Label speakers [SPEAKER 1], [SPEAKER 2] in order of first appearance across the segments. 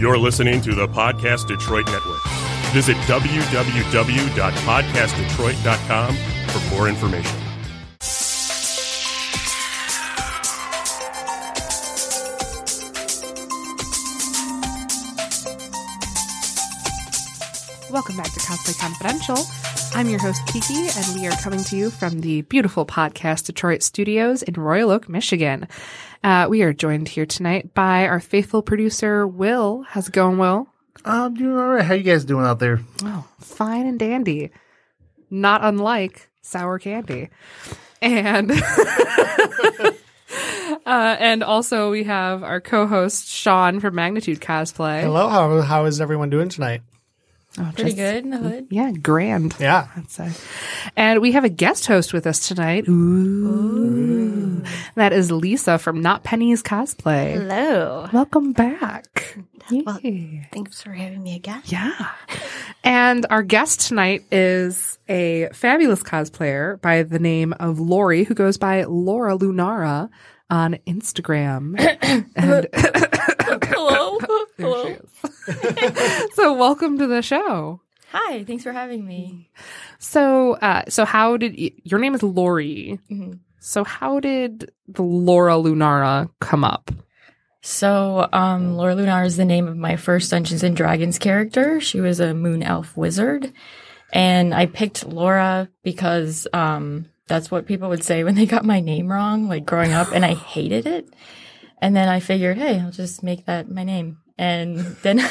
[SPEAKER 1] You're listening to the Podcast Detroit Network. Visit www.podcastdetroit.com for more information.
[SPEAKER 2] Welcome back to Cosplay Confidential. I'm your host, Kiki, and we are coming to you from the beautiful podcast Detroit studios in Royal Oak, Michigan. Uh, we are joined here tonight by our faithful producer, Will. How's it going, Will?
[SPEAKER 3] I'm doing all right. How Um, you guys doing out there?
[SPEAKER 2] Oh, fine and dandy. Not unlike sour candy. And uh, and also we have our co-host Sean from Magnitude Cosplay.
[SPEAKER 4] Hello, how, how is everyone doing tonight?
[SPEAKER 2] Oh,
[SPEAKER 5] Pretty
[SPEAKER 2] just-
[SPEAKER 5] good in the hood.
[SPEAKER 2] Yeah, grand.
[SPEAKER 4] Yeah.
[SPEAKER 2] I'd say. And we have a guest host with us tonight. Ooh. That is Lisa from Not Pennies Cosplay.
[SPEAKER 5] Hello.
[SPEAKER 2] Welcome back. Yay.
[SPEAKER 5] Thanks for having me again.
[SPEAKER 2] Yeah. And our guest tonight is a fabulous cosplayer by the name of Lori, who goes by Laura Lunara on Instagram. and
[SPEAKER 5] Hello.
[SPEAKER 2] there she
[SPEAKER 5] Hello.
[SPEAKER 2] is. so welcome to the show.
[SPEAKER 5] Hi. Thanks for having me.
[SPEAKER 2] So, uh, so how did y- your name is Lori?
[SPEAKER 5] Mhm.
[SPEAKER 2] So, how did the Laura Lunara come up?
[SPEAKER 5] So, um, Laura Lunar is the name of my first Dungeons and Dragons character. She was a moon elf wizard. And I picked Laura because um, that's what people would say when they got my name wrong, like growing up, and I hated it. And then I figured, hey, I'll just make that my name. And then.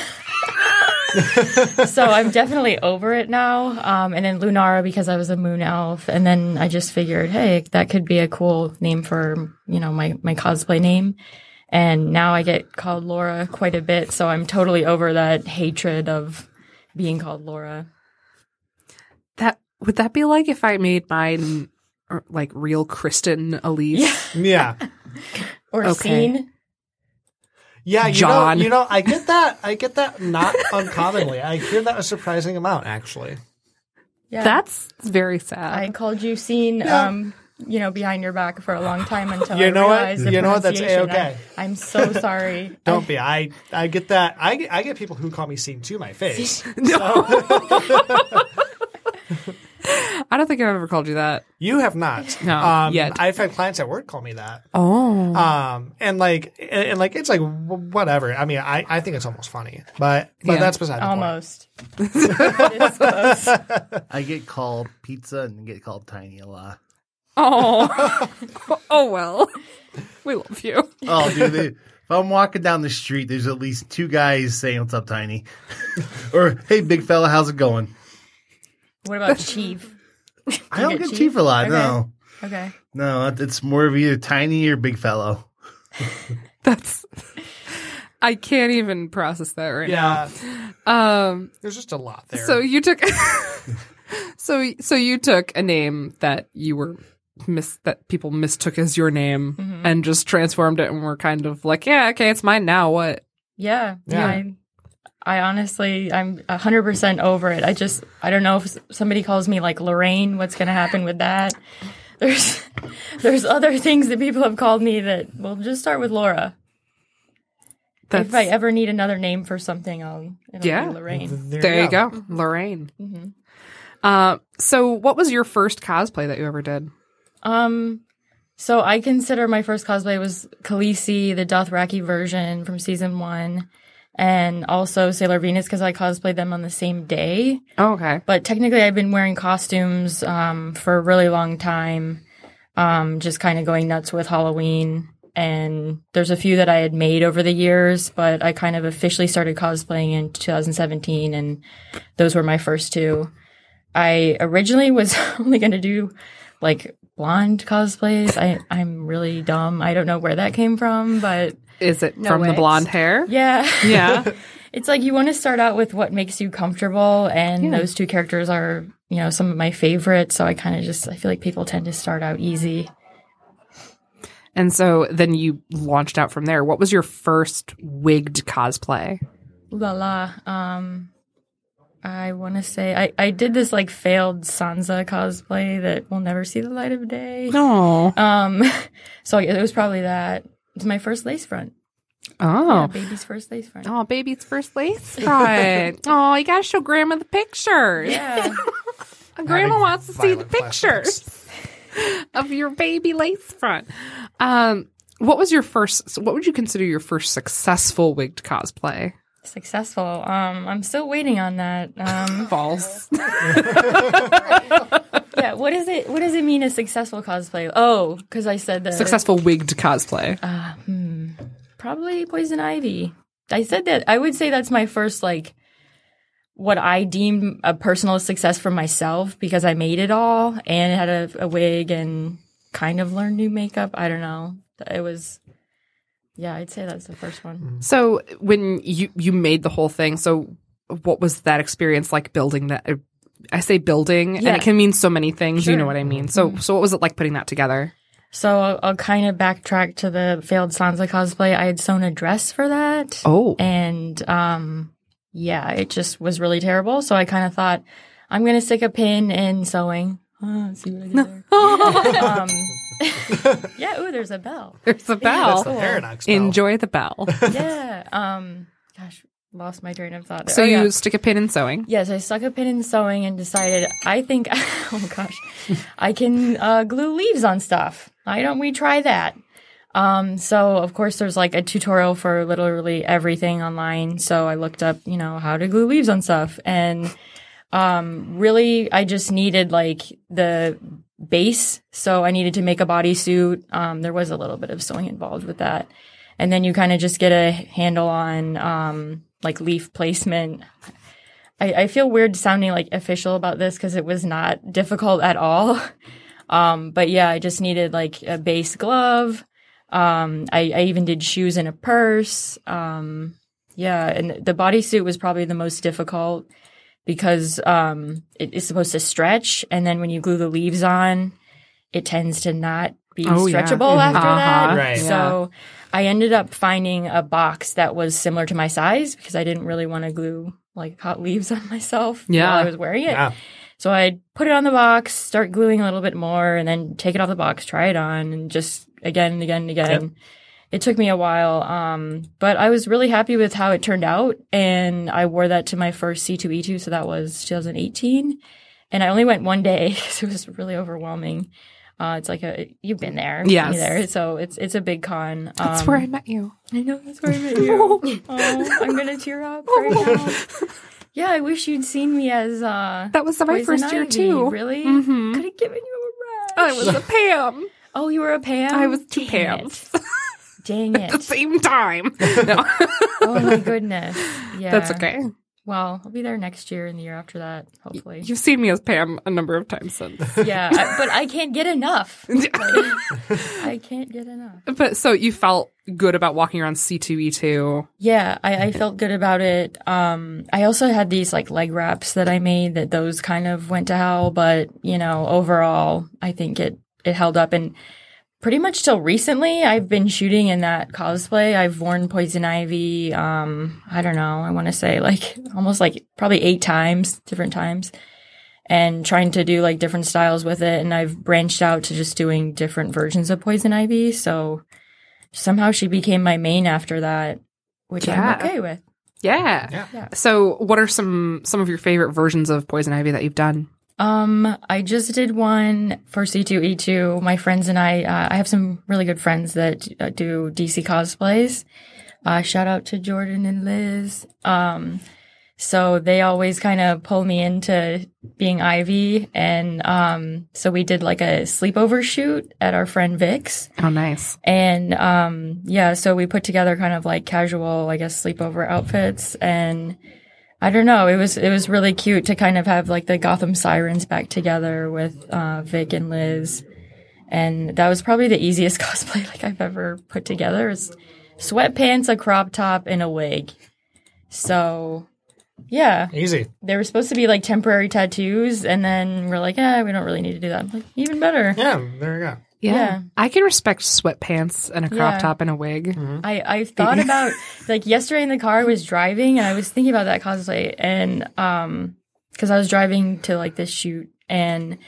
[SPEAKER 5] so I'm definitely over it now. Um, and then Lunara because I was a moon elf, and then I just figured, hey, that could be a cool name for you know my my cosplay name. And now I get called Laura quite a bit, so I'm totally over that hatred of being called Laura.
[SPEAKER 2] That would that be like if I made mine or, like real Kristen Elise?
[SPEAKER 5] Yeah.
[SPEAKER 4] Yeah.
[SPEAKER 5] Or
[SPEAKER 2] Okay.
[SPEAKER 5] seen.
[SPEAKER 4] Yeah, you
[SPEAKER 2] John.
[SPEAKER 4] know, you know, I get that. I get that not uncommonly. I hear that a surprising amount actually.
[SPEAKER 5] Yeah.
[SPEAKER 2] That's very sad.
[SPEAKER 5] I called you seen.
[SPEAKER 4] Yeah.
[SPEAKER 5] Um, you know, behind your back for a long time until
[SPEAKER 4] You
[SPEAKER 5] I
[SPEAKER 4] know what?
[SPEAKER 5] realized the
[SPEAKER 4] You know what? That's
[SPEAKER 5] pronunciation.
[SPEAKER 4] A-okay.
[SPEAKER 5] I, am so sorry.
[SPEAKER 4] Don't be. I I get that. I get, I get people who call me seen to my face.
[SPEAKER 2] I don't think I've ever called you that.
[SPEAKER 4] You have not.
[SPEAKER 2] No,
[SPEAKER 4] Um,
[SPEAKER 2] yet.
[SPEAKER 4] I've had clients at work call me that.
[SPEAKER 2] Oh,
[SPEAKER 4] Um and like and, and like it's like wh- whatever. I mean, I, I think it's almost funny, but but
[SPEAKER 2] Yeah.
[SPEAKER 4] that's beside the point.
[SPEAKER 5] Almost. It's close.
[SPEAKER 3] I get called pizza and get called tiny a lot.
[SPEAKER 2] oh, oh well. We love you.
[SPEAKER 3] Oh, dude, they, if I'm walking down the street, there's at least two guys saying "What's up, tiny," or "Hey, big fella, how's it going?"
[SPEAKER 5] What about Chief?
[SPEAKER 3] I don't
[SPEAKER 5] get
[SPEAKER 3] get
[SPEAKER 5] chief?
[SPEAKER 3] chief a lot.
[SPEAKER 5] Okay.
[SPEAKER 3] No,
[SPEAKER 5] Okay.
[SPEAKER 3] no, it- it's more of either tiny or big fellow.
[SPEAKER 2] That's. I can't even process that right
[SPEAKER 4] Yeah.
[SPEAKER 2] now. Um,
[SPEAKER 4] There's just a lot there.
[SPEAKER 2] So you took So so you took a name that you were mis that people mistook as your name and just transformed it and were kind of like, yeah, okay, it's mine now. What?
[SPEAKER 5] Yeah.
[SPEAKER 4] Yeah.
[SPEAKER 5] I, I honestly, I'm 100% over it. I just, I don't know if s- somebody calls me like Lorraine, what's going to happen with that? There's, there's other things that people have called me that, well, just start with Laura.
[SPEAKER 2] That's
[SPEAKER 5] If I ever need another name for something, I'll, it'll
[SPEAKER 2] Yeah.
[SPEAKER 5] be Lorraine.
[SPEAKER 2] there you go, Mm-hmm. Lorraine. Uh, so what was your first cosplay that you ever did?
[SPEAKER 5] Um, so I consider my first cosplay was Khaleesi, the Dothraki version from season one, and also Sailor Venus because I cosplayed them on the same day.
[SPEAKER 2] Oh, okay,
[SPEAKER 5] but technically i've been wearing costumes um, for a really long time um, just kind of going nuts with halloween and there's a few that i had made over the years but i kind of officially started cosplaying in 2017 and those were my first two i originally was only going to do like blonde cosplays I, i'm really dumb i don't know where that came from but
[SPEAKER 2] is it
[SPEAKER 5] No
[SPEAKER 2] from the
[SPEAKER 5] way.
[SPEAKER 2] blonde hair?
[SPEAKER 5] yeah
[SPEAKER 2] Yeah.
[SPEAKER 5] it's like you want to start out with what makes you comfortable, and those two characters are, you know, some of my favorites. So I kind of just I feel like people tend to start out easy.
[SPEAKER 2] and so then you launched out from there. What was your first wigged cosplay?
[SPEAKER 5] Ooh la la. Um, I want to say I I did this like failed Sansa cosplay that will never see the light of day.
[SPEAKER 2] No.
[SPEAKER 5] Um, so it was probably that. It's my first lace front.
[SPEAKER 2] Oh.
[SPEAKER 5] baby's first lace front.
[SPEAKER 2] Oh, baby's first lace front. oh, you gotta show grandma the pictures.
[SPEAKER 5] Yeah.
[SPEAKER 2] Grandma
[SPEAKER 4] Having
[SPEAKER 2] wants to see the
[SPEAKER 4] violent flashbacks.
[SPEAKER 2] pictures of your baby lace front. Um, what was your first? so What would you consider your first successful wigged cosplay?
[SPEAKER 5] Successful. Um, I'm still waiting on that. Um,
[SPEAKER 2] False.
[SPEAKER 5] yeah. What is it? What does it mean a successful cosplay? Oh, because I said that
[SPEAKER 2] successful wigged cosplay.
[SPEAKER 5] Hmm. probably poison ivy. I said that. I would say that's my first like what I deemed a personal success for myself because I made it all and had a, a wig and kind of learned new makeup. I don't know. It was. Yeah, I'd say that's the first one.
[SPEAKER 2] So when you you made the whole thing, so what was that experience like building that? uh, I say building,
[SPEAKER 5] Yeah.
[SPEAKER 2] and it can mean so many things. You
[SPEAKER 5] Sure.
[SPEAKER 2] know what I mean. So so what was it like putting that together?
[SPEAKER 5] So I'll, I'll kind of backtrack to the failed Sansa cosplay. I had sewn a dress for that.
[SPEAKER 2] Oh,
[SPEAKER 5] and um yeah it just was really terrible so i kind of thought i'm gonna stick a pin in sewing oh, see what i did there um, yeah ooh there's a bell
[SPEAKER 2] there's a
[SPEAKER 5] That's
[SPEAKER 2] bell.
[SPEAKER 5] the-
[SPEAKER 4] Paradox. Bell.
[SPEAKER 2] Enjoy the bell.
[SPEAKER 5] yeah um gosh lost my train of thought there.
[SPEAKER 2] so
[SPEAKER 5] Oh,
[SPEAKER 2] you
[SPEAKER 5] yeah.
[SPEAKER 2] stick a pin in sewing.
[SPEAKER 5] Yes, I stuck a pin in sewing and decided I think, oh gosh, I can uh, glue leaves on stuff. Why don't we try that? Um, so of course there's like a tutorial for literally everything online. So I looked up, you know, how to glue leaves on stuff and, um, really I just needed like the base. So I needed to make a bodysuit. Um, there was a little bit of sewing involved with that. And then you kind of just get a handle on, um, like leaf placement. I, I feel weird sounding like official about this because it was not difficult at all. Um, but yeah, I just needed like a base glove. Um, I, I even did shoes and a purse. Um, yeah, and the bodysuit was probably the most difficult because um, it is supposed to stretch, and then when you glue the leaves on, it tends to not be
[SPEAKER 2] Oh, yeah.
[SPEAKER 5] stretchable
[SPEAKER 2] Mhm.
[SPEAKER 5] after that.
[SPEAKER 2] Uh-huh.
[SPEAKER 4] Right.
[SPEAKER 5] So I ended up finding a box that was similar to my size because I didn't really want to glue like hot leaves on myself
[SPEAKER 2] Yeah.
[SPEAKER 5] while I was wearing it.
[SPEAKER 4] Yeah.
[SPEAKER 5] So I'd put it on the box, start gluing a little bit more, and then take it off the box, try it on, and just again and again and again. It took me a while, um, but I was really happy with how it turned out, and I wore that to my first C2E2, so that was 2018, and I only went one day because it was really overwhelming. Uh, it's like a you've been there, you've
[SPEAKER 2] Yes.
[SPEAKER 5] been there, so it's it's a big con.
[SPEAKER 2] That's
[SPEAKER 5] um,
[SPEAKER 2] where I met you.
[SPEAKER 5] I know that's where I met you. oh, I'm gonna tear up right now. Yeah, I wish you'd seen me as uh,
[SPEAKER 2] That was my
[SPEAKER 5] Poison
[SPEAKER 2] first year
[SPEAKER 5] Ivy,
[SPEAKER 2] too.
[SPEAKER 5] Really?
[SPEAKER 2] Mhm.
[SPEAKER 5] Could have given you a
[SPEAKER 2] I
[SPEAKER 5] rush.
[SPEAKER 2] was a Pam.
[SPEAKER 5] oh, you were a Pam.
[SPEAKER 2] I was two
[SPEAKER 5] Dang
[SPEAKER 2] Pams.
[SPEAKER 5] it. Dang
[SPEAKER 2] At the
[SPEAKER 5] it!
[SPEAKER 2] same time. No,
[SPEAKER 5] Oh my goodness. Yeah,
[SPEAKER 2] that's okay.
[SPEAKER 5] Well, I'll be there next year and the year after that, hopefully.
[SPEAKER 2] You've seen me as Pam a number of times since.
[SPEAKER 5] yeah, I, but I can't get enough. I can't get enough.
[SPEAKER 2] but so you felt good about walking around E C2E2.
[SPEAKER 5] Yeah, I, I felt good about it. Um, I also had these like leg wraps that I made that those kind of went to hell, but you know, overall, I think it it held up. And pretty much till recently, I've been shooting in that cosplay. I've worn poison ivy. Um, I don't know. I want to say like almost like probably eight times, different times, and trying to do like different styles with it. And I've branched out to just doing different versions of poison ivy. So somehow she became my main after that which
[SPEAKER 2] Yeah.
[SPEAKER 5] I'm okay with.
[SPEAKER 2] Yeah.
[SPEAKER 4] Yeah.
[SPEAKER 5] Yeah.
[SPEAKER 2] So what are some some of your favorite versions of Poison Ivy that you've done?
[SPEAKER 5] Um, I just did one for C2E2. My friends and I, uh, I have some really good friends that uh, do DC cosplays. Uh, shout out to Jordan and Liz. Um, so they always kind of pull me into being Ivy. And, um, so we did like a sleepover shoot at our friend Vic's.
[SPEAKER 2] Oh nice.
[SPEAKER 5] And um, yeah, so we put together kind of like casual, I guess, sleepover outfits. And I don't know, it was it was really cute to kind of have like the Gotham Sirens back together with uh, Vic and Liz. And that was probably the easiest cosplay like I've ever put together is sweatpants, a crop top, and a wig. So yeah,
[SPEAKER 4] Easy.
[SPEAKER 5] they were supposed to be like temporary tattoos, and then we're like, yeah, we don't really need to do that. I'm like, even better.
[SPEAKER 4] Yeah. There you go.
[SPEAKER 2] Yeah.
[SPEAKER 5] Yeah.
[SPEAKER 2] I can respect sweatpants and a crop
[SPEAKER 5] Yeah.
[SPEAKER 2] top and a wig.
[SPEAKER 5] I, I thought about like yesterday in the car I was driving and I was thinking about that cosplay and um because I was driving to like this shoot and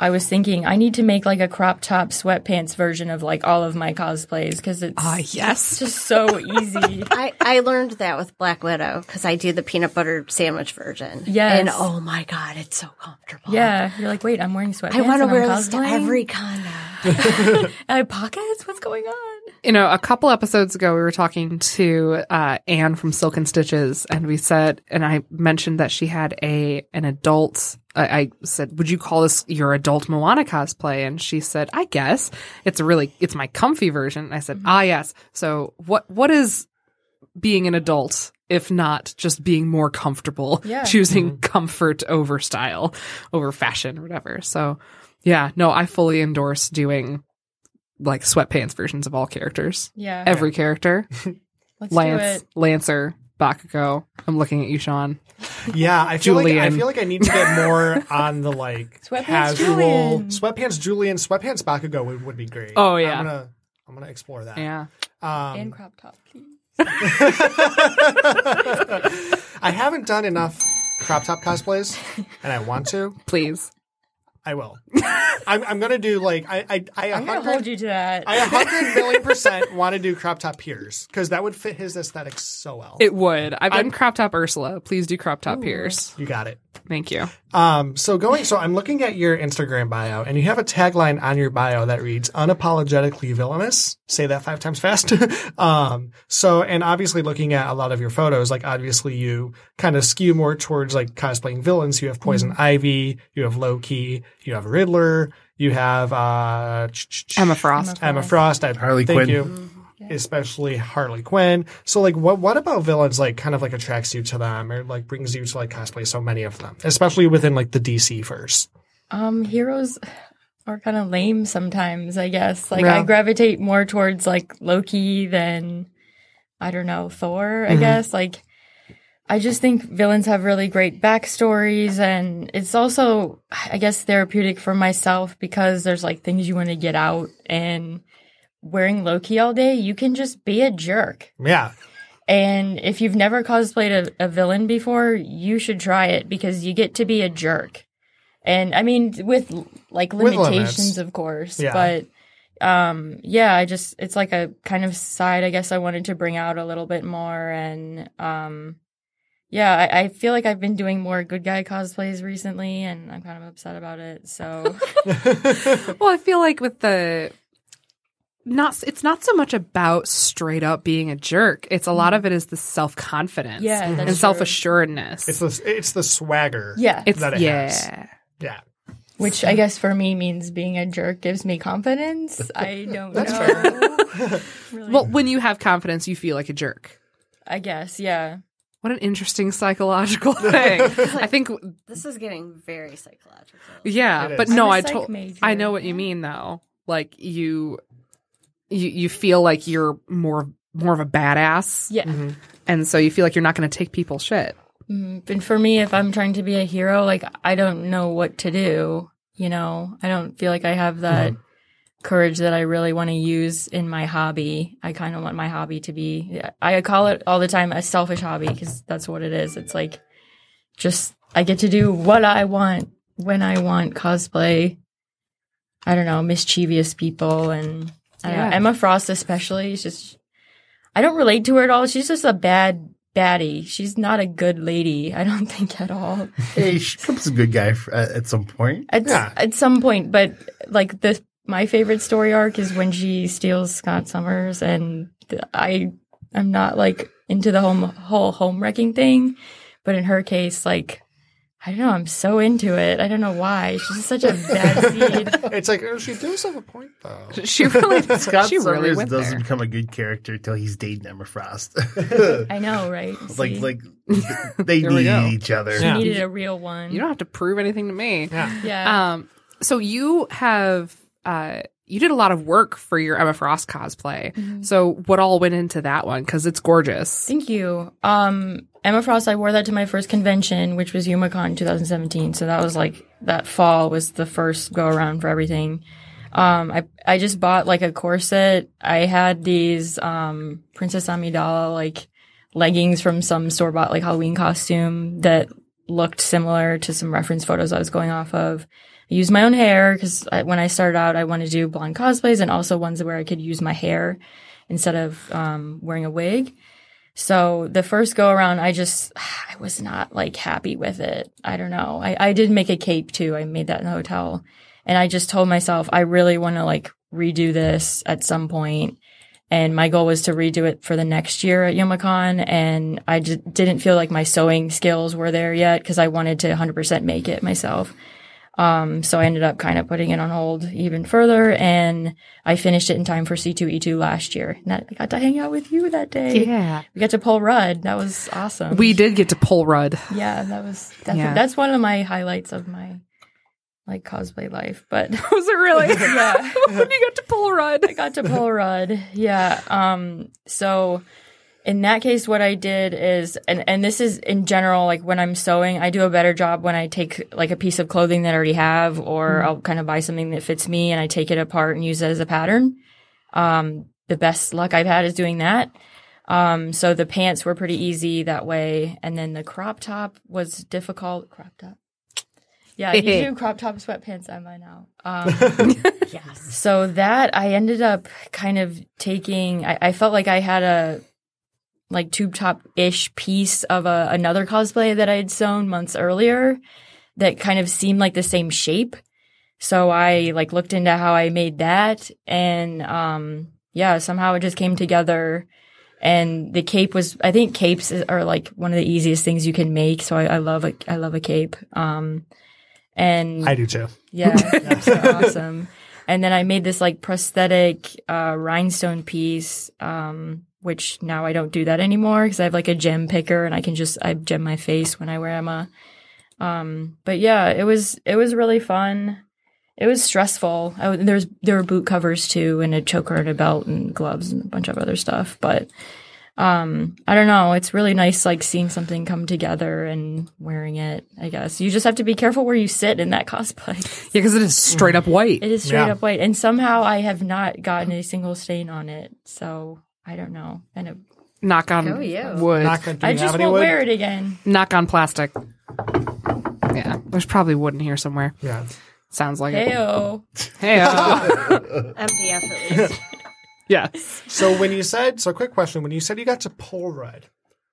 [SPEAKER 5] I was thinking I need to make like a crop top sweatpants version of like all of my cosplays because it's
[SPEAKER 2] Ah, yes.
[SPEAKER 5] just so easy.
[SPEAKER 6] I, I learned that with Black Widow because I do the peanut butter sandwich version.
[SPEAKER 5] Yes.
[SPEAKER 6] And oh my God, it's so comfortable.
[SPEAKER 5] Yeah, you're like, wait, I'm wearing sweatpants.
[SPEAKER 6] I want to
[SPEAKER 5] and I'm
[SPEAKER 6] wear this to
[SPEAKER 5] cosplaying?
[SPEAKER 6] every condo.
[SPEAKER 5] I have pockets. What's going on?
[SPEAKER 2] You know, a couple episodes ago, we were talking to uh, Anne from Silk and Stitches, and we said, and I mentioned that she had a an adult. I, I said, "Would you call this your adult Moana cosplay?" And she said, "I guess it's a really it's my comfy version." And I said, "Ah, yes. So what what is being an adult if not just being more comfortable,
[SPEAKER 5] Yeah.
[SPEAKER 2] choosing comfort over style, over fashion, or whatever?" So, yeah, no, I fully endorse doing like sweatpants versions of all characters.
[SPEAKER 5] Yeah,
[SPEAKER 2] Every character.
[SPEAKER 5] let's
[SPEAKER 2] Lance,
[SPEAKER 5] do it.
[SPEAKER 2] Lancer, Bakugo. I'm looking at you, Sean.
[SPEAKER 4] Yeah, I feel like
[SPEAKER 2] Julian.
[SPEAKER 4] I feel like I need to get more on the like
[SPEAKER 5] Sweatpants
[SPEAKER 4] casual
[SPEAKER 5] Julian.
[SPEAKER 4] sweatpants Julian sweatpants Bakugo would, would be great.
[SPEAKER 2] Oh, yeah.
[SPEAKER 4] I'm gonna I'm gonna explore that.
[SPEAKER 2] Yeah.
[SPEAKER 4] Um,
[SPEAKER 5] And crop top, please.
[SPEAKER 4] I haven't done enough crop top cosplays, and I want to.
[SPEAKER 2] Please.
[SPEAKER 4] I will. I'm, I'm gonna do like I I I a
[SPEAKER 5] I'm gonna hold you to that.
[SPEAKER 4] I a hundred million percent want to do crop top piers because that would fit his aesthetic so well.
[SPEAKER 2] It would. I've done crop top Ursula. Please do crop top Pierce.
[SPEAKER 4] you got it.
[SPEAKER 2] Thank you.
[SPEAKER 4] Um, so going, so I'm looking at your Instagram bio, and you have a tagline on your bio that reads "unapologetically villainous." Say that five times fast. um, so, and obviously, looking at a lot of your photos, like obviously you kind of skew more towards like cosplaying villains. You have Poison
[SPEAKER 2] Mm-hmm.
[SPEAKER 4] Ivy, you have Loki, you have Riddler, you have uh, ch- ch- ch-
[SPEAKER 2] Emma Frost.
[SPEAKER 4] Emma Frost, I,
[SPEAKER 3] Harley
[SPEAKER 4] thank
[SPEAKER 3] Quinn.
[SPEAKER 4] you.
[SPEAKER 5] Mm-hmm.
[SPEAKER 4] Especially Harley Quinn. So, like, what what about villains like kind of like attracts you to them, or like brings you to like cosplay so many of them, especially within like the DC verse?
[SPEAKER 5] Um, heroes are kind of lame sometimes, I guess. Like
[SPEAKER 2] Yeah.
[SPEAKER 5] I gravitate more towards like Loki than I don't know Thor. I guess like I just think villains have really great backstories, and it's also I guess therapeutic for myself because there's like things you want to get out and. Wearing Loki all day, you can just be a jerk.
[SPEAKER 4] Yeah,
[SPEAKER 5] And if you've never cosplayed a, a villain before, you should try it because you get to be a jerk. And I mean, with l- like
[SPEAKER 4] With limits.
[SPEAKER 5] limitations, of course.
[SPEAKER 4] Yeah.
[SPEAKER 5] But um, yeah, I just, it's like a kind of side, I guess, I wanted to bring out a little bit more. And um, yeah, I, I feel like I've been doing more good guy cosplays recently and I'm kind of upset about it. So
[SPEAKER 2] Well, I feel like with the not it's not so much about straight up being a jerk. It's a lot of it is the self confidence.
[SPEAKER 5] Mm. yeah, that's
[SPEAKER 2] And self
[SPEAKER 5] true.
[SPEAKER 2] assuredness.
[SPEAKER 4] it's the it's the swagger.
[SPEAKER 5] Yeah.
[SPEAKER 2] It's
[SPEAKER 4] that it
[SPEAKER 2] yeah.
[SPEAKER 4] has. yeah,
[SPEAKER 5] Which I guess for me means being a jerk gives me confidence. I don't
[SPEAKER 4] That's
[SPEAKER 5] know. really.
[SPEAKER 2] Well, when you have confidence, you feel like a jerk.
[SPEAKER 5] I guess, yeah.
[SPEAKER 2] What an interesting psychological thing. I think,
[SPEAKER 6] This is getting very psychological.
[SPEAKER 2] yeah,
[SPEAKER 4] It
[SPEAKER 2] but
[SPEAKER 4] is.
[SPEAKER 2] no,
[SPEAKER 5] I'm a
[SPEAKER 2] I
[SPEAKER 5] psych
[SPEAKER 2] told.
[SPEAKER 5] major.
[SPEAKER 2] I know what you mean, though. Like you, you, you feel like you're more more of a badass,
[SPEAKER 5] Yeah.
[SPEAKER 3] Mm-hmm.
[SPEAKER 2] and so you feel like you're not going to take people's shit.
[SPEAKER 5] Mm, And for me, if I'm trying to be a hero, like I don't know what to do. You know, I don't feel like I have that courage that I really want to use in my hobby. I kind of want my hobby to be, I call it all the time a selfish hobby because that's what it is. It's like just, I get to do what I want when I want cosplay. I don't know, mischievous people. And I don't know,
[SPEAKER 2] Yeah.
[SPEAKER 5] Emma Frost, especially, is just, I don't relate to her at all. She's just a bad baddie. She's not a good lady. I don't think at all.
[SPEAKER 3] Hey, she becomes a good guy for, at, at some point.
[SPEAKER 5] At
[SPEAKER 4] Yeah.
[SPEAKER 5] at some point, but like the my favorite story arc is when she steals Scott Summers, and th- I I'm not like into the home whole home wrecking thing, but in her case, like. I don't know. I'm so into it. I don't know why. She's just such a bad seed.
[SPEAKER 4] it's like oh, she does have a point though.
[SPEAKER 2] She really,
[SPEAKER 3] Scott
[SPEAKER 2] she really
[SPEAKER 3] Summers
[SPEAKER 2] went
[SPEAKER 3] doesn't
[SPEAKER 2] there.
[SPEAKER 3] become a good character till he's dating Emma Frost.
[SPEAKER 5] I know, right? It's
[SPEAKER 3] like, like they
[SPEAKER 2] There we go.
[SPEAKER 3] need each other.
[SPEAKER 4] Yeah.
[SPEAKER 5] needed a real one.
[SPEAKER 2] You don't have to prove anything to me.
[SPEAKER 4] Yeah,
[SPEAKER 5] yeah.
[SPEAKER 2] Um, so you have, uh, you did a lot of work for your Emma Frost cosplay. So what all went into that one? Because it's gorgeous.
[SPEAKER 5] Thank you. Um, Emma Frost, I wore that to my first convention, which was YumaCon 2017. So that was like that fall was the first go around for everything. Um, I I just bought like a corset. I had these um, Princess Amidala like leggings from some store bought like Halloween costume that looked similar to some reference photos I was going off of. I use my own hair because when I started out, I wanted to do blonde cosplays and also ones where I could use my hair instead of um, wearing a wig. So the first go around, I just I was not like happy with it. I don't know. I, I did make a cape too. I made that in a hotel, and I just told myself I really want to like redo this at some point. And my goal was to redo it for the next year at YomaCon, and I just didn't feel like my sewing skills were there yet because I wanted to 100% make it myself. Um, so I ended up kind of putting it on hold even further, and I finished it in time for C2E2 last year. And that, I got to hang out with you that day.
[SPEAKER 2] Yeah.
[SPEAKER 5] We got to pull Rudd. That was awesome.
[SPEAKER 2] We did get to pull Rudd.
[SPEAKER 5] yeah, that was definitely,
[SPEAKER 2] Yeah.
[SPEAKER 5] that's one of my highlights of my like cosplay life. But
[SPEAKER 2] Was it really?
[SPEAKER 5] yeah,
[SPEAKER 2] when you got to pull Rudd.
[SPEAKER 5] I got to pull Rudd. Yeah. Um. So in that case, what I did is, and and this is in general, like when I'm sewing, I do a better job when I take like a piece of clothing that I already have,
[SPEAKER 2] Mm-hmm.
[SPEAKER 5] or I'll kind of buy something that fits me and I take it apart and use it as a pattern. Um. The best luck I've had is doing that. Um, so the pants were pretty easy that way, and then the crop top was difficult. Crop top, yeah, you do crop top sweatpants. Am I now? Um, so that I ended up kind of taking. I, I felt like I had a like tube top ish piece of a, another cosplay that I had sewn months earlier that kind of seemed like the same shape. So I like looked into how I made that, and um, yeah, somehow it just came together. And the cape was, I think capes is- are like one of the easiest things you can make. So I, I love a, I love a cape. Um, and
[SPEAKER 4] I do too.
[SPEAKER 5] yeah, that's so awesome. And then I made this like prosthetic uh, rhinestone piece, um, which now I don't do that anymore because I have like a gem picker and I can just I gem my face when I wear Emma. Um, but yeah, it was it was really fun. It was stressful. I, w- there's there were boot covers too, and a choker and a belt and gloves and a bunch of other stuff. But um, I don't know. It's really nice, like seeing something come together and wearing it. I guess you just have to be careful where you sit in that cosplay.
[SPEAKER 2] Yeah, because it is straight up white.
[SPEAKER 5] It is straight
[SPEAKER 4] Yeah.
[SPEAKER 5] up white, and somehow I have not gotten a single stain on it. So I don't know, and it,
[SPEAKER 2] Knock on
[SPEAKER 6] Go you.
[SPEAKER 2] wood.
[SPEAKER 4] Not
[SPEAKER 2] Knock-,
[SPEAKER 4] gonna do
[SPEAKER 5] I
[SPEAKER 4] you have
[SPEAKER 5] just
[SPEAKER 4] any
[SPEAKER 5] won't
[SPEAKER 4] wood?
[SPEAKER 5] wear it again.
[SPEAKER 2] on plastic. Yeah, there's probably wood in here somewhere.
[SPEAKER 4] Yeah.
[SPEAKER 2] Sounds like it.
[SPEAKER 5] Heyo,
[SPEAKER 2] Hey, uh,
[SPEAKER 6] MDF at least.
[SPEAKER 2] yeah.
[SPEAKER 4] So when you said, so quick question, when you said you got to pull Rudd,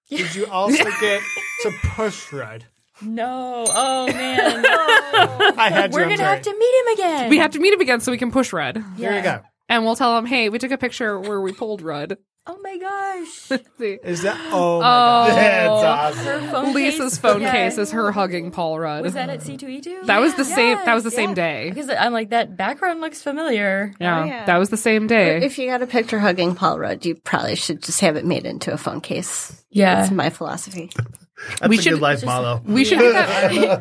[SPEAKER 4] did you also get to push Rudd?
[SPEAKER 5] no, oh man,
[SPEAKER 4] I had
[SPEAKER 5] we're
[SPEAKER 4] you. I'm
[SPEAKER 5] gonna
[SPEAKER 4] sorry.
[SPEAKER 5] have to meet him again.
[SPEAKER 2] We have to meet him again so we can push Rudd,
[SPEAKER 4] There you go.
[SPEAKER 2] and we'll tell him, "Hey, we took a picture where we pulled Rudd."
[SPEAKER 5] Oh my gosh,
[SPEAKER 2] See,
[SPEAKER 4] Is that? Oh, my God.
[SPEAKER 3] That's
[SPEAKER 2] Oh.
[SPEAKER 3] awesome.
[SPEAKER 5] her phone
[SPEAKER 2] Lisa's
[SPEAKER 5] case?
[SPEAKER 2] phone
[SPEAKER 5] Yeah.
[SPEAKER 2] case is her hugging Paul Rudd.
[SPEAKER 5] Was that at C two E two?
[SPEAKER 2] That was the same- that was the same day.
[SPEAKER 5] Because I'm like that background looks familiar.
[SPEAKER 2] yeah,
[SPEAKER 6] Oh, yeah.
[SPEAKER 2] that was the same day.
[SPEAKER 6] If you got a picture hugging Paul Rudd, you probably should just have it made into a phone case.
[SPEAKER 5] Yeah.
[SPEAKER 6] That's my philosophy.
[SPEAKER 3] That's
[SPEAKER 2] We
[SPEAKER 3] a
[SPEAKER 2] should-
[SPEAKER 3] good life motto.
[SPEAKER 2] We should get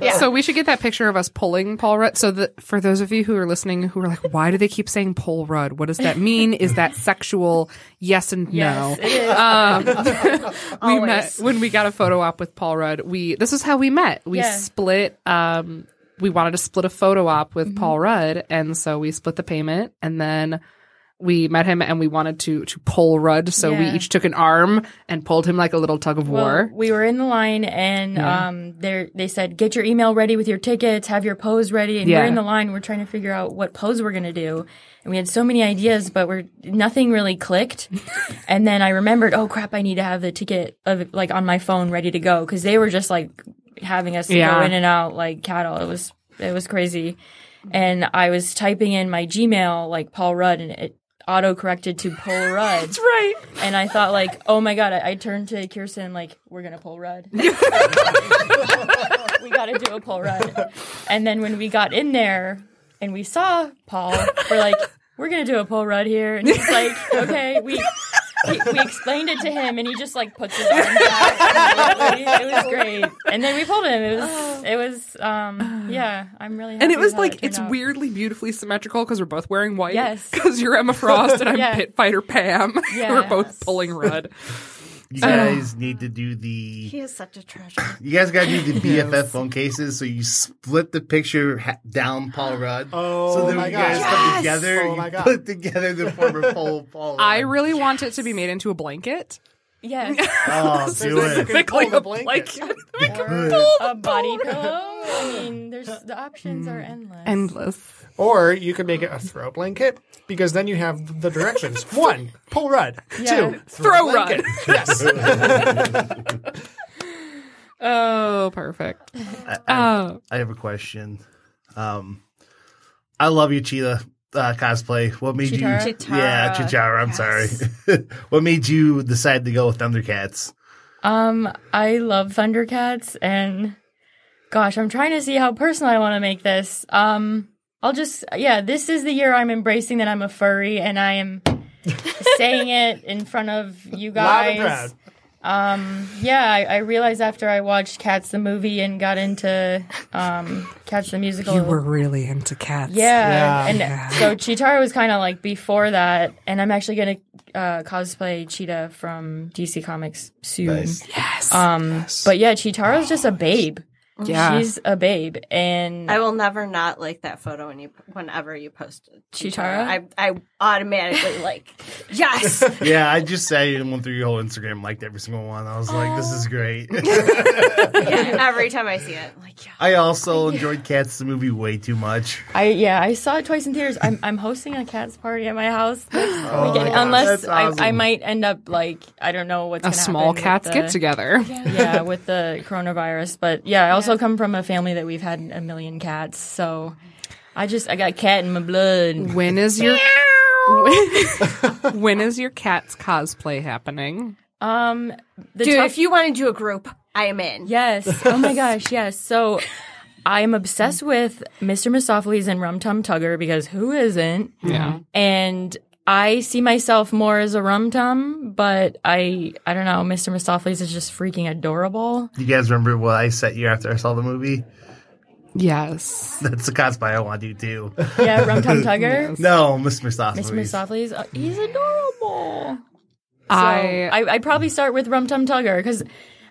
[SPEAKER 2] that. So we should get that picture of us pulling Paul Rudd. So that for those of you who are listening, who are like, "Why do they keep saying Paul Rudd? What does that mean? Is that sexual? Yes and no."
[SPEAKER 5] Yes, it is.
[SPEAKER 2] we met when we got a photo op with Paul Rudd. We this is how we met. We
[SPEAKER 5] Yeah.
[SPEAKER 2] split. Um, we wanted to split a photo op
[SPEAKER 5] Mm-hmm.
[SPEAKER 2] with Paul Rudd, and so we split the payment, and then we met him, and we wanted to to pull Rudd. So we
[SPEAKER 5] Yeah.
[SPEAKER 2] each took an arm and pulled him like a little tug of war.
[SPEAKER 5] Well, we were in the line, and um, they they said, "Get your email ready with your tickets. Have your pose ready." And
[SPEAKER 2] Yeah.
[SPEAKER 5] we're in the line. We're trying to figure out what pose we're gonna do, and we had so many ideas, but we're nothing really clicked. and then I remembered, oh crap, I need to have the ticket of like on my phone ready to go because they were just like having us
[SPEAKER 2] Yeah.
[SPEAKER 5] go in and out like cattle. It was it was crazy, and I was typing in my Gmail like Paul Rudd, and it auto corrected to Paul Rudd.
[SPEAKER 2] Right.
[SPEAKER 5] And I thought, like, oh my god, I, I turned to Kirsten, like, we're gonna pull Rudd. we gotta do a pull Rudd. And then when we got in there and we saw Paul, we're like, we're gonna do a pull Rudd here. And he's like, okay, we. We, we explained it to him, and he just like puts his arms out. It was great, and then we pulled him. It was, it was, um, yeah. I'm really. Happy
[SPEAKER 2] And it was
[SPEAKER 5] with how
[SPEAKER 2] like
[SPEAKER 5] turned
[SPEAKER 2] it's
[SPEAKER 5] out.
[SPEAKER 2] weirdly beautifully symmetrical because we're both wearing white.
[SPEAKER 5] Yes.
[SPEAKER 2] Because you're Emma Frost and I'm
[SPEAKER 5] Yeah.
[SPEAKER 2] Pit Fighter Pam. we're
[SPEAKER 5] Yes.
[SPEAKER 2] both pulling Rudd.
[SPEAKER 3] You guys need to do the
[SPEAKER 6] He is such a treasure.
[SPEAKER 3] You guys gotta do the BFF phone cases, so you split the picture ha- down Paul Rudd.
[SPEAKER 4] Oh
[SPEAKER 3] so then
[SPEAKER 4] my
[SPEAKER 3] when you
[SPEAKER 4] God.
[SPEAKER 3] guys
[SPEAKER 4] Yes.
[SPEAKER 3] come together,
[SPEAKER 4] Oh my
[SPEAKER 3] you
[SPEAKER 4] God.
[SPEAKER 3] put together the former Paul. Paul
[SPEAKER 2] I
[SPEAKER 3] Rudd.
[SPEAKER 2] really want it to be made into a blanket.
[SPEAKER 5] Yes.
[SPEAKER 3] Oh, do
[SPEAKER 4] You
[SPEAKER 3] it.
[SPEAKER 4] can
[SPEAKER 2] Specifically
[SPEAKER 4] pull the
[SPEAKER 2] a
[SPEAKER 4] blanket.
[SPEAKER 5] or a body pillow. I mean, there's the options are endless.
[SPEAKER 2] Endless.
[SPEAKER 4] Or you could make it a throw blanket because then you have the directions. One, pull Rudd.
[SPEAKER 5] Yeah.
[SPEAKER 4] Two,
[SPEAKER 2] Throw
[SPEAKER 4] blanket.
[SPEAKER 2] rug.
[SPEAKER 4] yes.
[SPEAKER 2] Oh, perfect. Oh,
[SPEAKER 3] I have a question. Um, I love you, Cheetah uh, cosplay. What made you?
[SPEAKER 5] Chitara.
[SPEAKER 3] Yeah, Chichara. I'm sorry. what made you decide to go with Thundercats?
[SPEAKER 5] Um, I love Thundercats, and gosh, I'm trying to see how personal I want to make this. Um, I'll just yeah, this is the year I'm embracing that I'm a furry, and I am saying it in front of you
[SPEAKER 4] Loud and
[SPEAKER 5] guys.
[SPEAKER 4] proud.
[SPEAKER 5] Um, yeah, I, I realized after I watched Cats the movie and got into um, Cats the musical.
[SPEAKER 2] really into cats.
[SPEAKER 5] Yeah.
[SPEAKER 4] Yeah.
[SPEAKER 5] And
[SPEAKER 2] Yeah.
[SPEAKER 5] so Cheetara was kind of like before that. And I'm actually going to uh, cosplay Cheetah from DC Comics soon.
[SPEAKER 3] Nice.
[SPEAKER 2] Yes.
[SPEAKER 5] Um, But yeah, Cheetara's just a babe.
[SPEAKER 2] Yeah.
[SPEAKER 5] She's a babe. And
[SPEAKER 6] I will never not like that photo when you whenever you post it.
[SPEAKER 5] Chitara?
[SPEAKER 6] I, I automatically like, yes.
[SPEAKER 3] Yeah, I just sat and went through your whole Instagram, liked every single one. I was like, this is great.
[SPEAKER 6] Every time I see it, I'm like, yeah.
[SPEAKER 3] I also enjoyed Cats the movie way too much.
[SPEAKER 5] I, yeah, I saw it twice in theaters. I'm, I'm hosting a cat's party at my house. next
[SPEAKER 3] Oh my
[SPEAKER 5] weekend,
[SPEAKER 3] God,
[SPEAKER 5] unless
[SPEAKER 3] that's
[SPEAKER 5] I, I
[SPEAKER 3] awesome.
[SPEAKER 5] might end up like, I don't know what's
[SPEAKER 2] a
[SPEAKER 5] gonna
[SPEAKER 2] small
[SPEAKER 5] happen with
[SPEAKER 2] cats
[SPEAKER 5] the-
[SPEAKER 2] get together.
[SPEAKER 5] yeah, with the coronavirus. But yeah, I also come from a family that we've had a million cats, so I just I got cat in my blood.
[SPEAKER 2] When is your when, when is your cat's cosplay happening?
[SPEAKER 5] Um, the
[SPEAKER 6] dude,
[SPEAKER 5] top-
[SPEAKER 6] if you want to do a group, I am in.
[SPEAKER 5] yes, oh my gosh, yes. So I am obsessed with Mr. Mistopheles and Rum Tum Tugger because who isn't?
[SPEAKER 2] Yeah.
[SPEAKER 5] And I see myself more as a Rum Tum, but I I don't know. Mr. Mistopheles is just freaking adorable.
[SPEAKER 3] You guys remember what I sent you after I saw the movie?
[SPEAKER 2] Yes.
[SPEAKER 3] That's the cosplay I want to do too.
[SPEAKER 5] Yeah, Rum Tum Tugger.
[SPEAKER 3] No, Mr. Soft.
[SPEAKER 5] Mr. Mistopheles, uh, he's adorable.
[SPEAKER 2] I,
[SPEAKER 5] I, I probably start with Rum Tum Tugger because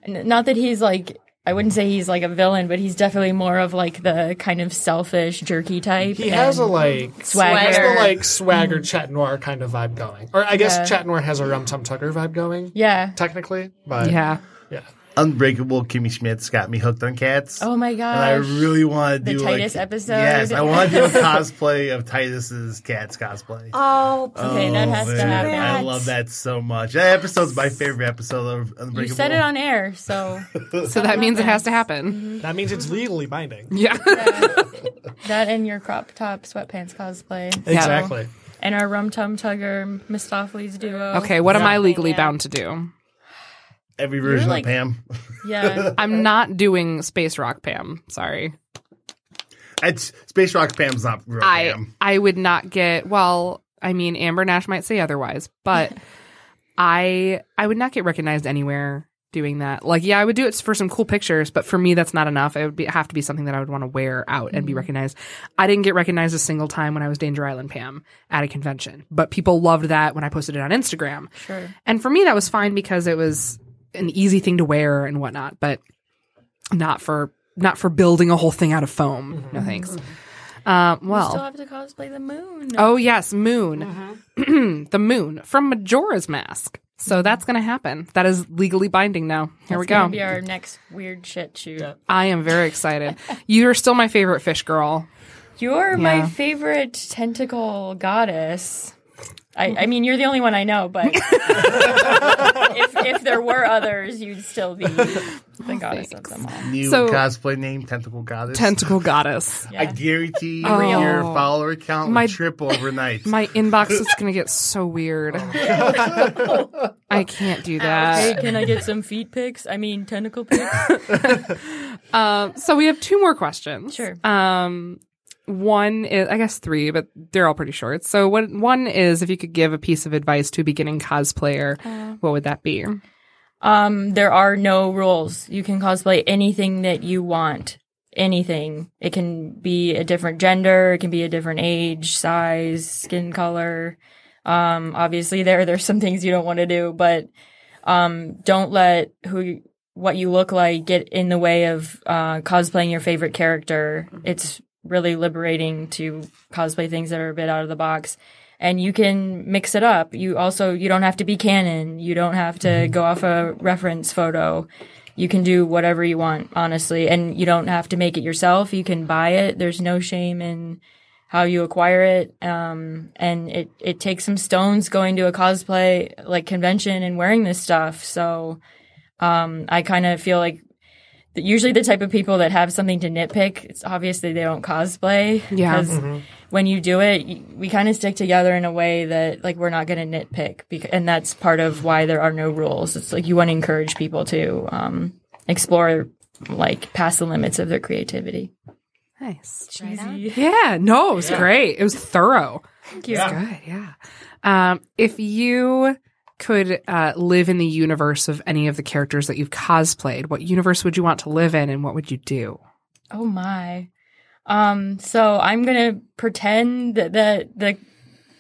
[SPEAKER 5] not that he's like I wouldn't say he's like a villain, but he's definitely more of like the kind of selfish, jerky type.
[SPEAKER 4] He has a
[SPEAKER 5] and
[SPEAKER 4] like
[SPEAKER 5] swagger.
[SPEAKER 4] Has the like swagger Chat Noir kind of vibe going, or I guess
[SPEAKER 5] Yeah.
[SPEAKER 4] Chat Noir has a Rum Tum Tucker vibe going,
[SPEAKER 5] yeah.
[SPEAKER 4] technically. But
[SPEAKER 2] yeah.
[SPEAKER 4] yeah.
[SPEAKER 3] Unbreakable Kimmy Schmidt's got me hooked on cats.
[SPEAKER 5] Oh my gosh.
[SPEAKER 3] And I really want to
[SPEAKER 5] The
[SPEAKER 3] do
[SPEAKER 5] Titus
[SPEAKER 3] like,
[SPEAKER 5] episode.
[SPEAKER 3] Yes, I want to do a cosplay of Titus's cats cosplay.
[SPEAKER 6] Oh,
[SPEAKER 5] Okay, that has to
[SPEAKER 3] man,
[SPEAKER 5] happen.
[SPEAKER 3] I love that so much. That episode's my favorite episode of Unbreakable.
[SPEAKER 5] You said it on air, so
[SPEAKER 2] So that means it has to
[SPEAKER 5] Mm-hmm.
[SPEAKER 2] happen.
[SPEAKER 4] That means it's legally binding.
[SPEAKER 2] Yeah.
[SPEAKER 5] that and your crop top sweatpants cosplay.
[SPEAKER 4] Exactly.
[SPEAKER 5] And our Rum Tum Tugger Mistopheles duo.
[SPEAKER 2] Okay, what am I legally
[SPEAKER 5] Yeah.
[SPEAKER 2] bound to do?
[SPEAKER 3] every version
[SPEAKER 5] like-
[SPEAKER 3] of Pam.
[SPEAKER 5] Yeah.
[SPEAKER 2] I'm not doing Space Rock Pam. Sorry.
[SPEAKER 3] It's Space Rock Pam's not real
[SPEAKER 2] I
[SPEAKER 3] Pam.
[SPEAKER 2] I would not get well, I mean Amber Nash might say otherwise, but I I would not get recognized anywhere doing that. Like yeah, I would do it for some cool pictures, but for me that's not enough. It would be have to be something that I would want to wear out and
[SPEAKER 5] Mm-hmm.
[SPEAKER 2] be recognized. I didn't get recognized a single time when I was Danger Island Pam at a convention, but people loved that when I posted it on Instagram.
[SPEAKER 5] Sure.
[SPEAKER 2] And for me, that was fine because it was an easy thing to wear and whatnot, but not for not for building a whole thing out of foam. No thanks. Um,
[SPEAKER 3] Oh.
[SPEAKER 5] You Mm-hmm. still
[SPEAKER 2] well,
[SPEAKER 5] have to cosplay the moon.
[SPEAKER 2] oh yes, Moon,
[SPEAKER 5] Uh-huh.
[SPEAKER 2] the Moon from Majora's Mask. So that's going to happen. That is legally binding now. Here we
[SPEAKER 5] It's Mm-hmm. gonna
[SPEAKER 2] go.
[SPEAKER 5] be our next weird shit shoot.
[SPEAKER 2] I am very excited. you are still my favorite fish girl.
[SPEAKER 5] You're
[SPEAKER 2] Yeah.
[SPEAKER 5] my favorite tentacle goddess. I, I mean, you're the only one I know, but if, if there were others, you'd still be the
[SPEAKER 2] Oh,
[SPEAKER 5] goddess of them all.
[SPEAKER 3] New
[SPEAKER 2] So-
[SPEAKER 3] cosplay name, Tentacle Goddess.
[SPEAKER 2] Tentacle goddess.
[SPEAKER 3] I
[SPEAKER 5] Yeah.
[SPEAKER 3] guarantee you
[SPEAKER 2] Oh.
[SPEAKER 3] your follower count
[SPEAKER 2] My-
[SPEAKER 3] will trip overnight.
[SPEAKER 2] My inbox is going to get so weird.
[SPEAKER 5] Oh.
[SPEAKER 2] I can't do that.
[SPEAKER 5] Hey, can I get some feet pics? I mean, tentacle pics?
[SPEAKER 2] Um, so we have two more questions.
[SPEAKER 5] Sure.
[SPEAKER 2] Um, one is, I guess three, but they're all pretty short. So what one is, if you could give a piece of advice to a beginning cosplayer,
[SPEAKER 5] Uh,
[SPEAKER 2] what would that be?
[SPEAKER 5] Um, there are no rules. You can cosplay anything that you want. Anything. It can be a different gender. It can be a different age, size, skin color. Um, obviously there, there's some things you don't want to do, but, um, don't let who, what you look like get in the way of, uh, cosplaying your favorite character. It's really liberating to cosplay things that are a bit out of the box and you can mix it up. You also you don't have to be canon. You don't have to go off a reference photo. You can do whatever you want, honestly, and you don't have to make it yourself. You can buy it. There's no shame in how you acquire it. Um, and it, it takes some stones going to a cosplay like convention and wearing this stuff. So, um, I kind of feel like that usually the type of people that have something to nitpick, it's obviously they don't cosplay.
[SPEAKER 2] Yeah.
[SPEAKER 5] 'cause When you do it, y- we kind of stick together in a way that like we're not going to nitpick, because, and that's part of why there are no rules. It's like you want to encourage people to um, explore like past the limits of their creativity.
[SPEAKER 2] Nice.
[SPEAKER 5] Cheesy.
[SPEAKER 2] Yeah, no, it was great. It was thorough.
[SPEAKER 5] Thank you.
[SPEAKER 2] Good, yeah. Um, if you could uh, live in the universe of any of the characters that you've cosplayed, what universe would you want to live in, and what would you do?
[SPEAKER 5] Oh my. Um, so I'm gonna pretend that, that the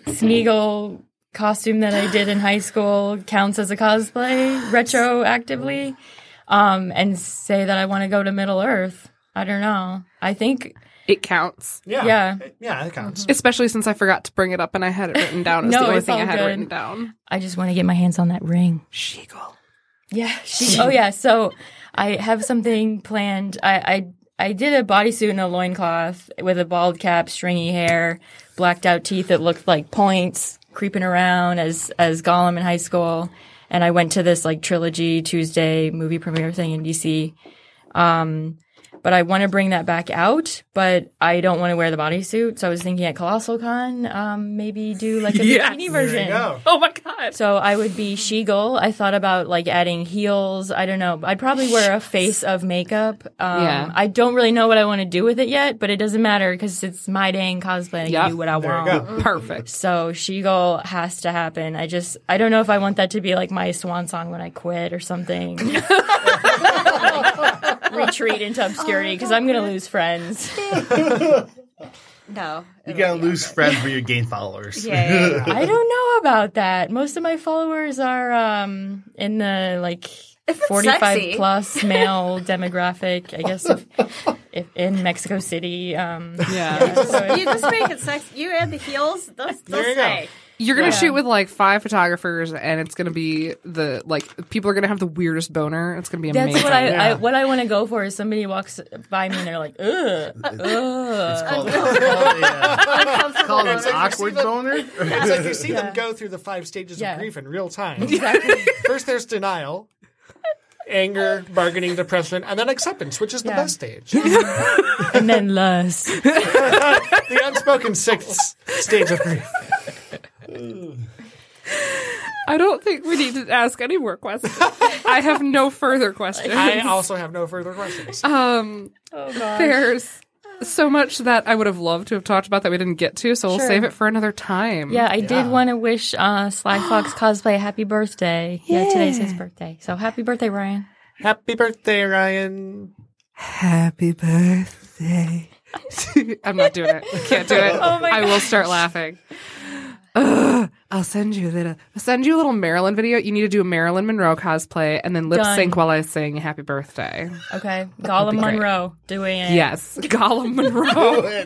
[SPEAKER 5] Smeagol costume that I did in high school counts as a cosplay retroactively. Um, and say that I want to go to Middle Earth. I don't know. I think
[SPEAKER 2] It counts,
[SPEAKER 4] Yeah.
[SPEAKER 5] Yeah.
[SPEAKER 4] Yeah, that counts.
[SPEAKER 2] especially since I forgot to bring it up and I had it written down. It was
[SPEAKER 5] No,
[SPEAKER 2] the only
[SPEAKER 5] it's
[SPEAKER 2] thing I
[SPEAKER 5] all
[SPEAKER 2] had
[SPEAKER 5] good.
[SPEAKER 2] written down.
[SPEAKER 5] I just want to get my hands on that ring.
[SPEAKER 2] Sheagle.
[SPEAKER 5] Yeah. She, oh, yeah. So I have something planned. I, I, I did a bodysuit and a loincloth with a bald cap, stringy hair, blacked out teeth that looked like points creeping around as, as Gollum in high school. And I went to this like trilogy Tuesday movie premiere thing in DC. Um, but I want to bring that back out, but I don't want to wear the bodysuit. So I was thinking at Colossal Con, um, maybe do like a
[SPEAKER 2] Yes.
[SPEAKER 5] bikini
[SPEAKER 4] There
[SPEAKER 5] version.
[SPEAKER 4] you go.
[SPEAKER 2] Oh my god!
[SPEAKER 5] So I would be Sheagle. I thought about like adding heels. I don't know. I'd probably wear a face of makeup. Um,
[SPEAKER 2] Yeah.
[SPEAKER 5] I don't really know what I want to do with it yet, but it doesn't matter because it's my dang cosplay. I
[SPEAKER 2] Yep.
[SPEAKER 5] can do what I
[SPEAKER 4] There you
[SPEAKER 5] want.
[SPEAKER 4] go.
[SPEAKER 2] Perfect.
[SPEAKER 5] So Sheagle has to happen. I just I don't know if I want that to be like my swan song when I quit or something. Retreat into obscurity because I'm gonna lose friends.
[SPEAKER 6] No.
[SPEAKER 3] You
[SPEAKER 6] it'll
[SPEAKER 3] gotta
[SPEAKER 6] be
[SPEAKER 3] lose
[SPEAKER 6] okay.
[SPEAKER 3] friends where you gain followers.
[SPEAKER 6] Yeah, yeah, yeah.
[SPEAKER 5] I don't know about that. Most of my followers are um, in the like
[SPEAKER 6] it's
[SPEAKER 5] 45
[SPEAKER 6] sexy.
[SPEAKER 5] plus male demographic. I guess if, if in Mexico City. Um,
[SPEAKER 2] Yeah,
[SPEAKER 5] so
[SPEAKER 6] you just make it sexy. You add the heels. Those,
[SPEAKER 4] There you
[SPEAKER 6] those
[SPEAKER 4] go.
[SPEAKER 6] stay.
[SPEAKER 2] you're gonna
[SPEAKER 5] Yeah.
[SPEAKER 2] shoot with like five photographers, and it's gonna be the like people are gonna have the weirdest boner. It's gonna be amazing.
[SPEAKER 5] that's what I, I
[SPEAKER 4] Yeah.
[SPEAKER 5] what I want to go for is somebody walks by me and they're like, ugh, ugh.
[SPEAKER 3] It's called, it's called, a, it's called an Oh, awkward boner.
[SPEAKER 4] It's like you see them go through the five stages
[SPEAKER 5] Yeah.
[SPEAKER 4] of grief in real time. First, there's denial, anger, bargaining, depression, and then acceptance, which is the
[SPEAKER 5] Yeah.
[SPEAKER 4] best stage. the
[SPEAKER 5] and then lust.
[SPEAKER 4] unspoken sixth stage of grief.
[SPEAKER 2] I don't think we need to ask any more questions. I have no further questions.
[SPEAKER 4] I also have no further questions.
[SPEAKER 2] um, there's so much that I would have loved to have talked about that we didn't get to, so we'll
[SPEAKER 5] Sure.
[SPEAKER 2] save it for another time.
[SPEAKER 5] Yeah, I did want to wish uh, Sly Fox cosplay a happy birthday. Yeah, today's his birthday, so happy birthday, Ryan.
[SPEAKER 4] Happy birthday, Ryan.
[SPEAKER 2] Happy birthday. I'm not doing it. Can't do it.
[SPEAKER 5] Oh my
[SPEAKER 2] I will start laughing. Ugh, I'll send you a little. I'll send you a little Marilyn video. You need to do a Marilyn Monroe cosplay and then lip
[SPEAKER 5] Done.
[SPEAKER 2] sync while I sing "Happy Birthday."
[SPEAKER 5] Okay, Gollum
[SPEAKER 2] great.
[SPEAKER 5] Monroe doing it.
[SPEAKER 2] Yes, Gollum Monroe,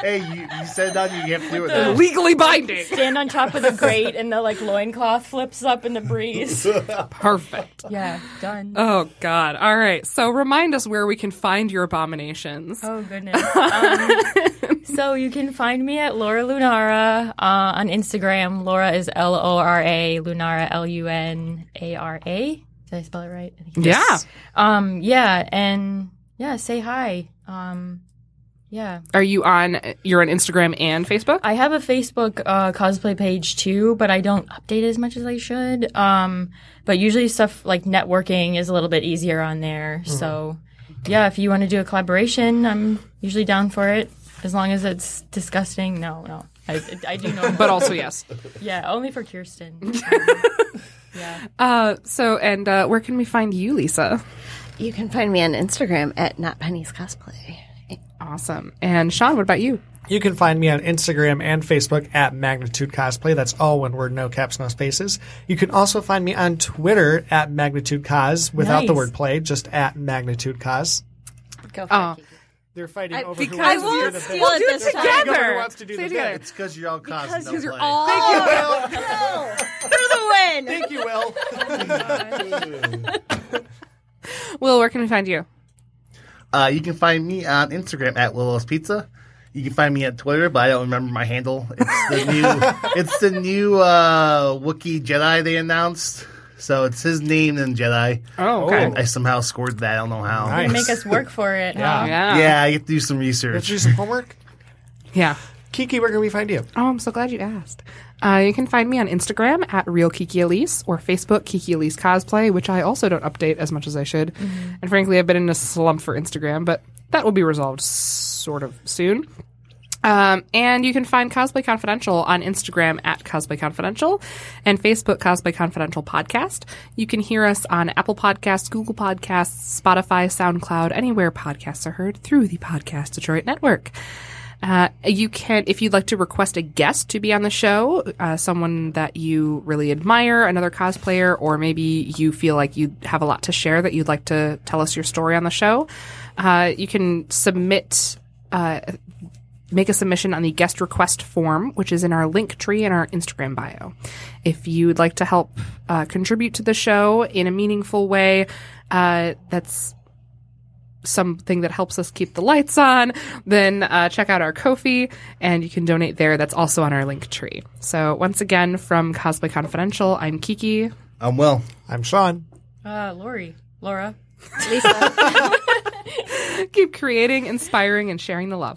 [SPEAKER 3] hey, you, you said it on you, you have to do it. Now.
[SPEAKER 2] legally binding.
[SPEAKER 5] stand on top of the grate and the like loincloth flips up in the breeze.
[SPEAKER 2] Perfect.
[SPEAKER 5] yeah, done.
[SPEAKER 2] Oh God! All right. So remind us where we can find your abominations.
[SPEAKER 5] Oh goodness. Um, so you can find me at Laura Lunara uh, on Instagram. Laura is L O R A Lunara L U N A R A. Did I spell it right? I think it is.
[SPEAKER 2] Yeah.
[SPEAKER 5] Um. Yeah. And yeah. Say hi. Um. Yeah.
[SPEAKER 2] Are you on? You're on Instagram and Facebook.
[SPEAKER 5] I have a Facebook uh, cosplay page too, but I don't update it as much as I should. Um, but usually stuff like networking is a little bit easier on there. So, yeah, if you want to do a collaboration, I'm usually down for it as long as it's disgusting. No, no, I, I do know,
[SPEAKER 2] But also yes.
[SPEAKER 5] yeah, only for Kirsten. yeah,
[SPEAKER 2] Uh, so and uh, where can we find you, Lisa?
[SPEAKER 6] You can find me on Instagram at Not Penny's Cosplay.
[SPEAKER 2] Awesome. And Sean, what about you?
[SPEAKER 4] You can find me on Instagram and Facebook at Magnitude Cosplay. That's all one word, no caps, no spaces. You can also find me on Twitter at Magnitude Cos without the
[SPEAKER 5] Nice.
[SPEAKER 4] word play, just at Magnitude Cos.
[SPEAKER 6] Go for
[SPEAKER 2] Oh,
[SPEAKER 4] they're fighting
[SPEAKER 6] I-
[SPEAKER 4] over
[SPEAKER 6] because
[SPEAKER 4] who wants
[SPEAKER 6] I
[SPEAKER 4] to do
[SPEAKER 6] won't
[SPEAKER 4] the
[SPEAKER 2] do it
[SPEAKER 6] steal it this
[SPEAKER 4] best.
[SPEAKER 6] time.
[SPEAKER 4] Everyone
[SPEAKER 2] together.
[SPEAKER 4] wants to do
[SPEAKER 2] Say
[SPEAKER 4] the
[SPEAKER 2] it together.
[SPEAKER 4] best.
[SPEAKER 3] It's because you're all
[SPEAKER 6] Because
[SPEAKER 3] costing
[SPEAKER 6] you're
[SPEAKER 3] play.
[SPEAKER 6] all no. You're the win.
[SPEAKER 4] Thank you, Will.
[SPEAKER 2] Will, where can we find you?
[SPEAKER 3] Uh, you can find me on Instagram at Willow's Pizza. You can find me at Twitter, but I don't remember my handle. It's the new, it's the new uh, Wookiee Jedi they announced. So it's his name and Jedi.
[SPEAKER 2] Oh,
[SPEAKER 4] okay.
[SPEAKER 3] I somehow scored that. I don't know how.
[SPEAKER 4] Nice.
[SPEAKER 5] Make us work for it. huh?
[SPEAKER 2] Yeah.
[SPEAKER 3] Yeah, I get to do some
[SPEAKER 4] Let's
[SPEAKER 3] research.
[SPEAKER 4] do some homework.
[SPEAKER 2] Yeah.
[SPEAKER 4] Kiki, where can we find you?
[SPEAKER 2] Oh, I'm so glad you asked. Uh, you can find me on Instagram at Real Kiki Elise or Facebook Kiki Elise Cosplay, which I also don't update as much as I should. And frankly, I've been in a slump for Instagram, but that will be resolved sort of soon. Um, and you can find Cosplay Confidential on Instagram at Cosplay Confidential and Facebook Cosplay Confidential Podcast. You can hear us on Apple Podcasts, Google Podcasts, Spotify, SoundCloud, anywhere podcasts are heard through the Podcast Detroit Network. Uh, you can, if you'd like to request a guest to be on the show, uh, someone that you really admire, another cosplayer, or maybe you feel like you have a lot to share that you'd like to tell us your story on the show, uh, you can submit uh, make a submission on the guest request form, which is in our link tree in our Instagram bio. If you'd like to help uh, contribute to the show in a meaningful way, uh, that's something that helps us keep the lights on, then uh, check out our Kofi and you can donate there. That's also on our link tree. So once again, from Cosplay Confidential, I'm Kiki.
[SPEAKER 3] I'm Will.
[SPEAKER 4] I'm Sean.
[SPEAKER 5] Uh, Lori, Laura.
[SPEAKER 6] Lisa.
[SPEAKER 2] Keep creating, inspiring, and sharing the love.